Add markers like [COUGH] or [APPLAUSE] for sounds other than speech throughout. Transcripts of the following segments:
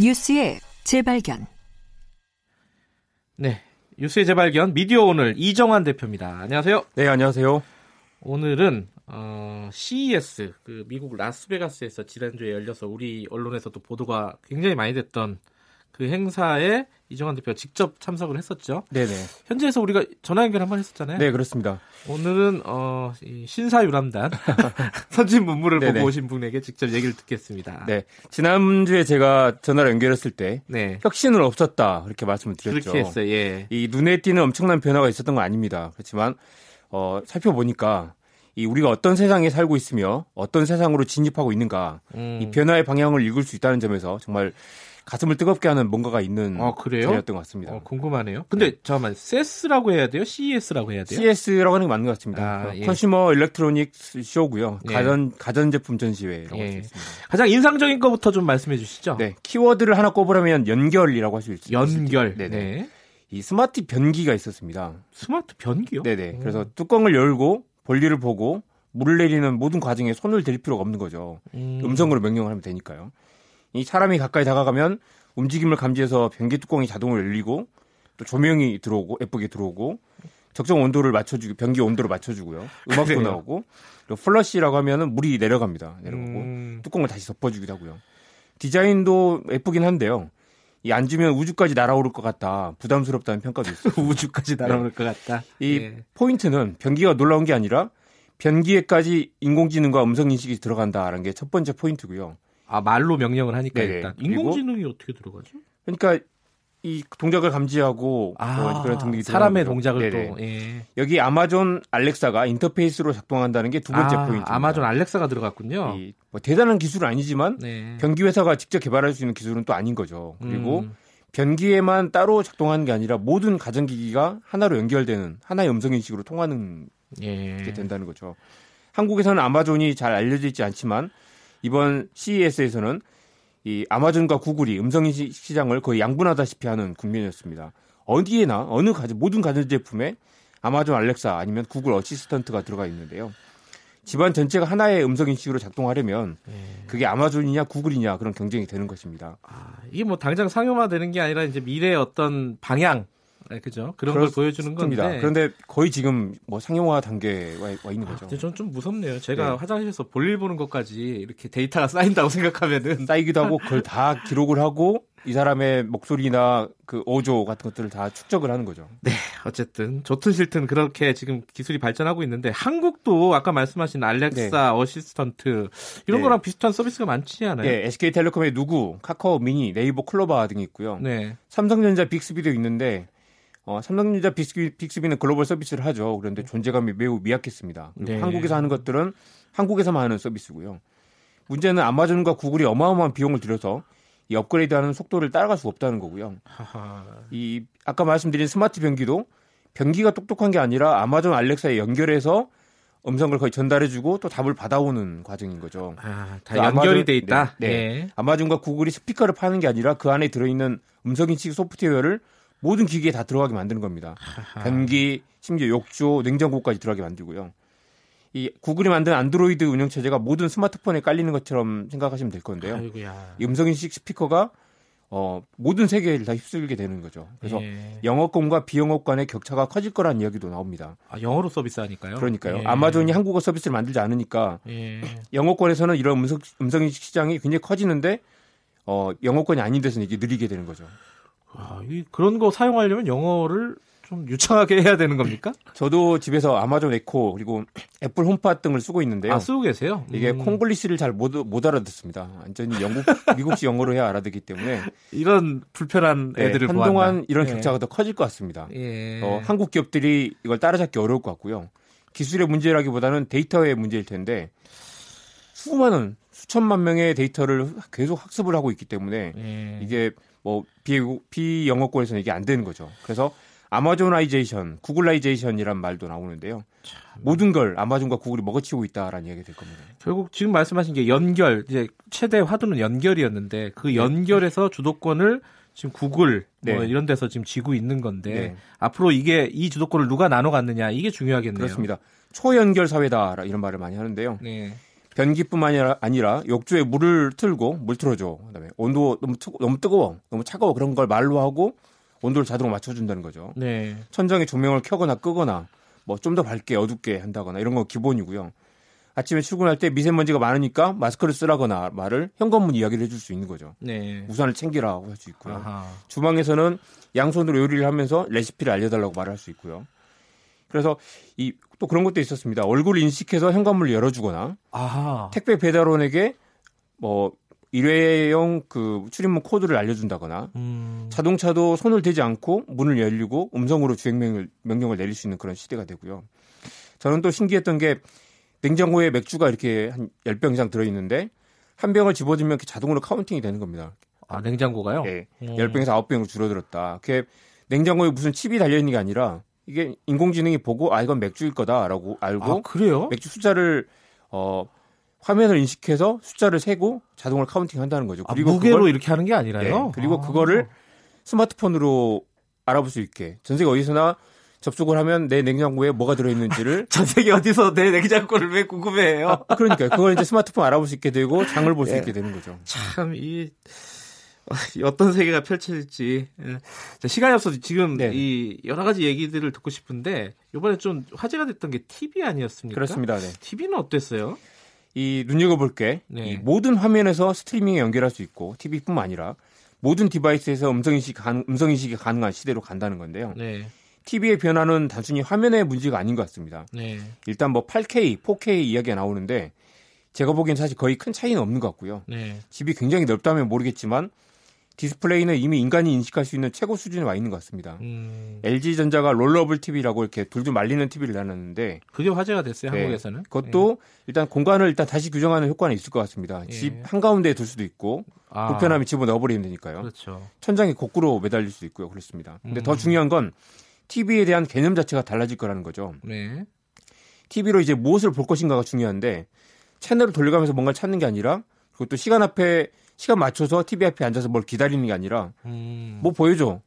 뉴스의 재발견. 네. 뉴스의 재발견 미디어 오늘 이정환 대표입니다. 안녕하세요. 네, 안녕하세요. 오늘은 어, CES 그 미국 라스베가스에서 지난주에 열려서 우리 언론에서도 보도가 굉장히 많이 됐던 그 행사에 이정환 대표가 직접 참석을 했었죠. 네네. 현지에서 우리가 전화 연결 한 번 했었잖아요. 네, 그렇습니다. 오늘은 어, 이 신사유람단 [LAUGHS] 선진 문물을 네네. 보고 오신 분에게 직접 얘기를 듣겠습니다. 네. 지난주에 제가 전화를 연결했을 때 네. 혁신은 없었다. 그렇게 말씀을 드렸죠. 그렇게 했어요. 예. 이 눈에 띄는 엄청난 변화가 있었던 건 아닙니다. 그렇지만 어, 살펴보니까 이 우리가 어떤 세상에 살고 있으며 어떤 세상으로 진입하고 있는가 음. 이 변화의 방향을 읽을 수 있다는 점에서 정말 가슴을 뜨겁게 하는 뭔가가 있는 아, 그래요? 자리였던 것 같습니다. 어, 궁금하네요. 근데 잠깐만. CES라고 해야 돼요? CES라고 해야 돼요? CS라고 하는 게 맞는 것 같습니다. 아, 예. 컨슈머 일렉트로닉 쇼고요. 예. 가전 가전 제품 전시회라고 예. 할수 있습니다. 가장 인상적인 것부터 좀 말씀해 주시죠. 네, 키워드를 하나 꼽으라면 연결이라고 할 수 있습니다. 연결. 네네. 네. 이 스마트 변기가 있었습니다. 스마트 변기요? 네네. 오. 그래서 뚜껑을 열고 본류를 보고 물을 내리는 모든 과정에 손을 댈 필요가 없는 거죠. 음. 음성으로 명령을 하면 되니까요. 이 사람이 가까이 다가가면 움직임을 감지해서 변기 뚜껑이 자동으로 열리고 또 조명이 들어오고 예쁘게 들어오고 적정 온도를 맞춰주고 변기 온도를 맞춰주고요. 음악도 그래요? 나오고 그리고 플러시라고 하면은 물이 내려갑니다. 내려가고 음. 뚜껑을 다시 덮어주기도 하고요. 디자인도 예쁘긴 한데요. 이 앉으면 우주까지 날아오를 것 같다. 부담스럽다는 평가도 있어요. [LAUGHS] 네. 우주까지 날아올 것 같다. 이 예. 포인트는 변기가 놀라운 게 아니라 변기에까지 인공지능과 음성인식이 들어간다라는 게 첫 번째 포인트고요. 아 말로 명령을 하니까 네네. 일단 그리고- 인공지능이 어떻게 들어가죠? 그러니까 이 동작을 감지하고 아, 어, 그런 등등이 사람의 들어가는 거죠. 동작을 네네. 또 예. 여기 아마존 알렉사가 인터페이스로 작동한다는 게 두 번째 아, 포인트입니다. 아마존 알렉사가 들어갔군요. 이, 뭐 대단한 기술은 아니지만 네. 변기 회사가 직접 개발할 수 있는 기술은 또 아닌 거죠. 그리고 음. 변기에만 따로 작동하는 게 아니라 모든 가전기기가 하나로 연결되는 하나의 음성인식으로 통하는 예. 게 된다는 거죠. 한국에서는 아마존이 잘 알려져 있지 않지만 이번 CES에서는 이 아마존과 구글이 음성인식 시장을 거의 양분하다시피 하는 국면이었습니다. 어디에나 어느 가전 모든 가전 제품에 아마존 알렉사 아니면 구글 어시스턴트가 들어가 있는데요. 집안 전체가 하나의 음성인식으로 작동하려면 그게 아마존이냐 구글이냐 그런 경쟁이 되는 것입니다. 아, 이게 뭐 당장 상용화되는 게 아니라 이제 미래의 어떤 방향, 아, 그죠? 그런 걸 보여주는 그렇습니다. 건데. 그런데 거의 지금 뭐 상용화 단계에 와, 와 있는 거죠. 근데 저는 좀 그러니까. 무섭네요. 제가 네. 화장실에서 볼일 보는 것까지 이렇게 데이터가 쌓인다고 [LAUGHS] 생각하면은 쌓이기도 하고 그걸 다 기록을 하고 이 사람의 목소리나 그 어조 같은 것들을 다 축적을 하는 거죠. 어쨌든 좋든 싫든 그렇게 지금 기술이 발전하고 있는데 한국도 아까 말씀하신 알렉사 어시스턴트 이런 네. 거랑 비슷한 서비스가 많지 않아요? 네, SK텔레콤의 누구, 카카오 미니, 네이버 클로바 등이 있고요. 네. 삼성전자 빅스비도 있는데 어, 삼성전자 빅스비, 빅스비는 글로벌 서비스를 하죠. 그런데 존재감이 매우 미약했습니다. 그리고 네. 한국에서 하는 것들은 한국에서만 하는 서비스고요. 문제는 아마존과 구글이 어마어마한 비용을 들여서 이 업그레이드하는 속도를 따라갈 수 없다는 거고요. 하하. 이 아까 말씀드린 스마트 변기도 변기가 똑똑한 게 아니라 아마존 알렉사에 연결해서 음성을 거의 전달해주고 또 답을 받아오는 과정인 거죠. 아, 다 그래서 연결이 아마존- 돼 있다. 네, 네. 예. 아마존과 구글이 스피커를 파는 게 아니라 그 안에 들어있는 음성인식 소프트웨어를 모든 기기에 다 들어가게 만드는 겁니다. 변기, 심지어 욕조, 냉장고까지 들어가게 만들고요. 이 구글이 만든 안드로이드 운영 체제가 모든 스마트폰에 깔리는 것처럼 생각하시면 될 건데요. 예. 아이고야. 이 음성인식 스피커가 어, 모든 세계를 다 휩쓸게 되는 거죠. 그래서 예. 영어권과 비영어권 간의 격차가 커질 거라는 이야기도 나옵니다. 아, 영어로 서비스하니까요. 그러니까요. 예. 아마존이 한국어 서비스를 만들지 않으니까 예. 영어권에서는 이런 음성, 음성인식 시장이 굉장히 커지는데 어, 영어권이 아닌 데서는 이게 느리게 되는 거죠. 아, 이- 그런 거 사용하려면 영어를 좀 유창하게 해야 되는 겁니까? [LAUGHS] 저도 집에서 아마존 에코 그리고 [CLEARS THROAT] 애플 홈팟 등을 쓰고 있는데요. 아, 쓰고 계세요? 이게 음, 콩글리시를 잘 못 알아듣습니다. 완전히 [LAUGHS] 영국, 미국식 영어로 해야 알아듣기 때문에 이런 불편한 네, 애들을 한동안 보았나. 이런 예. 격차가 더 커질 것 같습니다. 예. 어, 한국 기업들이 이걸 따라잡기 어려울 것 같고요. 기술의 문제라기보다는 데이터의 문제일 텐데 수많은 수천만 명의 데이터를 계속 학습을 하고 있기 때문에 예. 이게 뭐 비, 비영어권에서는 이게 안 되는 거죠. 그래서 아마존라이제이션, 구글라이제이션이란 말도 나오는데요. 모든 걸 아마존과 구글이 먹어치우고 있다라는 이야기가 될 겁니다. 결국 지금 말씀하신 게 연결 이제 최대 화두는 연결이었는데 그 연결에서 주도권을 지금 구글 뭐 네. 이런 데서 지금 쥐고 있는 건데 네. 앞으로 이게 이 주도권을 누가 나눠 갖느냐 이게 중요하겠네요. 그렇습니다. 초연결 사회다 이런 말을 많이 하는데요. 네. 변기뿐만 아니라, 아니라 욕조에 물을 틀고 물 틀어줘. 그다음에 온도 너무 뜨, 너무 뜨거워, 너무 차가워 그런 걸 말로 하고 온도를 자동으로 맞춰준다는 거죠. 네. 천장에 조명을 켜거나 끄거나 뭐 좀 더 밝게 어둡게 한다거나 이런 건 기본이고요. 아침에 출근할 때 미세먼지가 많으니까 마스크를 쓰라거나 말을 현관문 이야기를 해줄 수 있는 거죠. 네. 우산을 챙기라고 할 수 있고요. 아하. 주방에서는 양손으로 요리를 하면서 레시피를 알려달라고 말할 수 있고요. 그래서 이 또 그런 것도 있었습니다. 얼굴 인식해서 현관문을 열어주거나 아하. 택배 배달원에게 뭐 일회용 그 출입문 코드를 알려준다거나 음. 자동차도 손을 대지 않고 문을 열리고 음성으로 주행 명령을, 명령을 내릴 수 있는 그런 시대가 되고요. 저는 또 신기했던 게 냉장고에 맥주가 이렇게 한 10병 이상 들어있는데 한 병을 집어주면 이렇게 자동으로 카운팅이 되는 겁니다. 아, 냉장고가요? 예. 음. 10병에서 9병으로 줄어들었다. 그게 냉장고에 무슨 칩이 달려있는 게 아니라 이게 인공지능이 보고 아, 이건 맥주일 거다라고 알고 아, 그래요? 맥주 숫자를 어, 화면을 인식해서 숫자를 세고 자동으로 카운팅 한다는 거죠. 아, 무게로 그걸- 이렇게 하는 게 아니라요? 네, 그리고 아. 그거를 스마트폰으로 알아볼 수 있게 전 세계 어디서나 접속을 하면 내 냉장고에 뭐가 들어있는지를 [LAUGHS] 전 세계 어디서 내 냉장고를 왜 궁금해해요? 그러니까 그걸 이제 스마트폰 알아볼 수 있게 되고 장을 볼 수 예. 있게 되는 거죠. 참, 이, [LAUGHS] 어떤 세계가 펼쳐질지. 예. 자, 시간이 없어서 지금 네. 이 여러 가지 얘기들을 듣고 싶은데, 이번에 좀 화제가 됐던 게 TV 아니었습니까? 그렇습니다. 네. TV는 어땠어요? 이 눈여겨볼 게 네. 이 모든 화면에서 스트리밍에 연결할 수 있고 TV뿐만 아니라 모든 디바이스에서 음성 인식 가능, 음성 인식이 가능한 시대로 간다는 건데요. 네, TV의 변화는 단순히 화면의 문제가 아닌 것 같습니다. 네, 일단 뭐 8K, 4K 이야기가 나오는데 제가 보기엔 사실 거의 큰 차이는 없는 것 같고요. 네. 집이 굉장히 넓다면 모르겠지만 디스플레이는 이미 인간이 인식할 수 있는 최고 수준에 와 있는 것 같습니다. 음, LG전자가 롤러블 TV라고 이렇게 둘둘 말리는 TV를 내놨는데 그게 화제가 됐어요, 네, 한국에서는. 그것도 일단 공간을 일단 다시 규정하는 효과는 있을 것 같습니다. 예. 집 한가운데에 둘 수도 있고 아, 불편함이 집어 넣어버리면 되니까요. 그렇죠. 천장에 거꾸로 매달릴 수도 있고요. 그렇습니다. 근데 음. 더 중요한 건 TV에 대한 개념 자체가 달라질 거라는 거죠. 네. TV로 이제 무엇을 볼 것인가가 중요한데 채널을 돌려가면서 뭔가를 찾는 게 아니라 그것도 시간 앞에 시간 맞춰서 TV 앞에 앉아서 뭘 기다리는 게 아니라 음, 뭐 보여줘.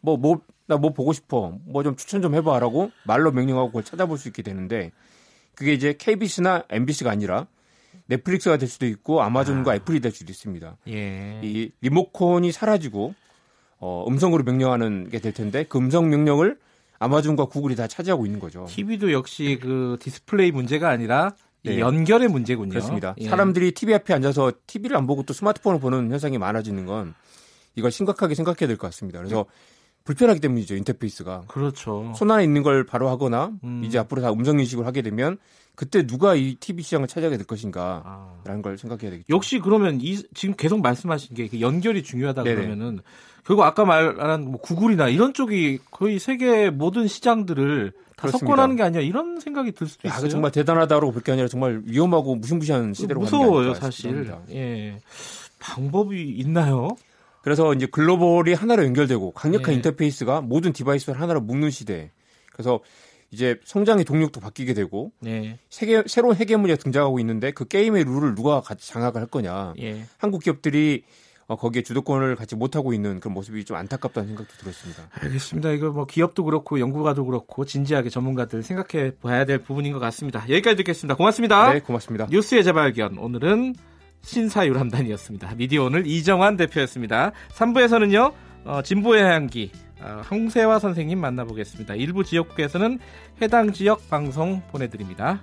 뭐, 뭐, 나 뭐 보고 싶어. 뭐 좀 추천 좀 해봐. 라고 말로 명령하고 그걸 찾아볼 수 있게 되는데 그게 이제 KBS나 MBC가 아니라 넷플릭스가 될 수도 있고 아마존과 애플이 될 수도 있습니다. 예. 이 리모컨이 사라지고 어, 음성으로 명령하는 게 될 텐데 그 음성 명령을 아마존과 구글이 다 차지하고 있는 거죠. TV도 역시 그 디스플레이 문제가 아니라 이 네. 연결의 문제군요. 그렇습니다. 예. 사람들이 TV 앞에 앉아서 TV를 안 보고 또 스마트폰을 보는 현상이 많아지는 건 이걸 심각하게 생각해야 될 것 같습니다. 네. 그래서 불편하기 때문이죠. 인터페이스가. 그렇죠. 손 안에 있는 걸 바로 하거나 음. 이제 앞으로 다 음성 인식을 하게 되면 그때 누가 이 TV 시장을 차지하게 될 것인가라는 아. 걸 생각해야 되겠죠. 역시 그러면 이 지금 계속 말씀하신 게그 연결이 중요하다 네네. 그러면은 결국 아까 말한 뭐 구글이나 이런 쪽이 거의 세계 모든 시장들을 다 그렇습니다. 석권하는 게 아니야 이런 생각이 들 수도 야, 있어요. 그 정말 대단하다고 볼 게 아니라 정말 위험하고 무시무시한 시대로 가는 게 무서워요 아닐까 사실. 싶습니다. 예 방법이 있나요? 그래서 이제 글로벌이 하나로 연결되고 강력한 예. 인터페이스가 모든 디바이스를 하나로 묶는 시대. 그래서 이제 성장의 동력도 바뀌게 되고 네. 세계, 새로운 해계문이 등장하고 있는데 그 게임의 룰을 누가 같이 장악을 할 거냐. 예. 한국 기업들이 어, 거기에 주도권을 갖지 못하고 있는 그런 모습이 좀 안타깝다는 생각도 들었습니다. 알겠습니다. 이거 뭐 기업도 그렇고 연구가도 그렇고 진지하게 전문가들 생각해 봐야 될 부분인 것 같습니다. 여기까지 듣겠습니다. 고맙습니다. 네, 고맙습니다. 뉴스의 재발견 오늘은 신사유람단이었습니다. 미디어 오늘 이정환 대표였습니다. 3부에서는요 어, 진보의 향기 어, 홍세화 선생님 만나보겠습니다. 일부 지역국에서는 해당 지역 방송 보내드립니다.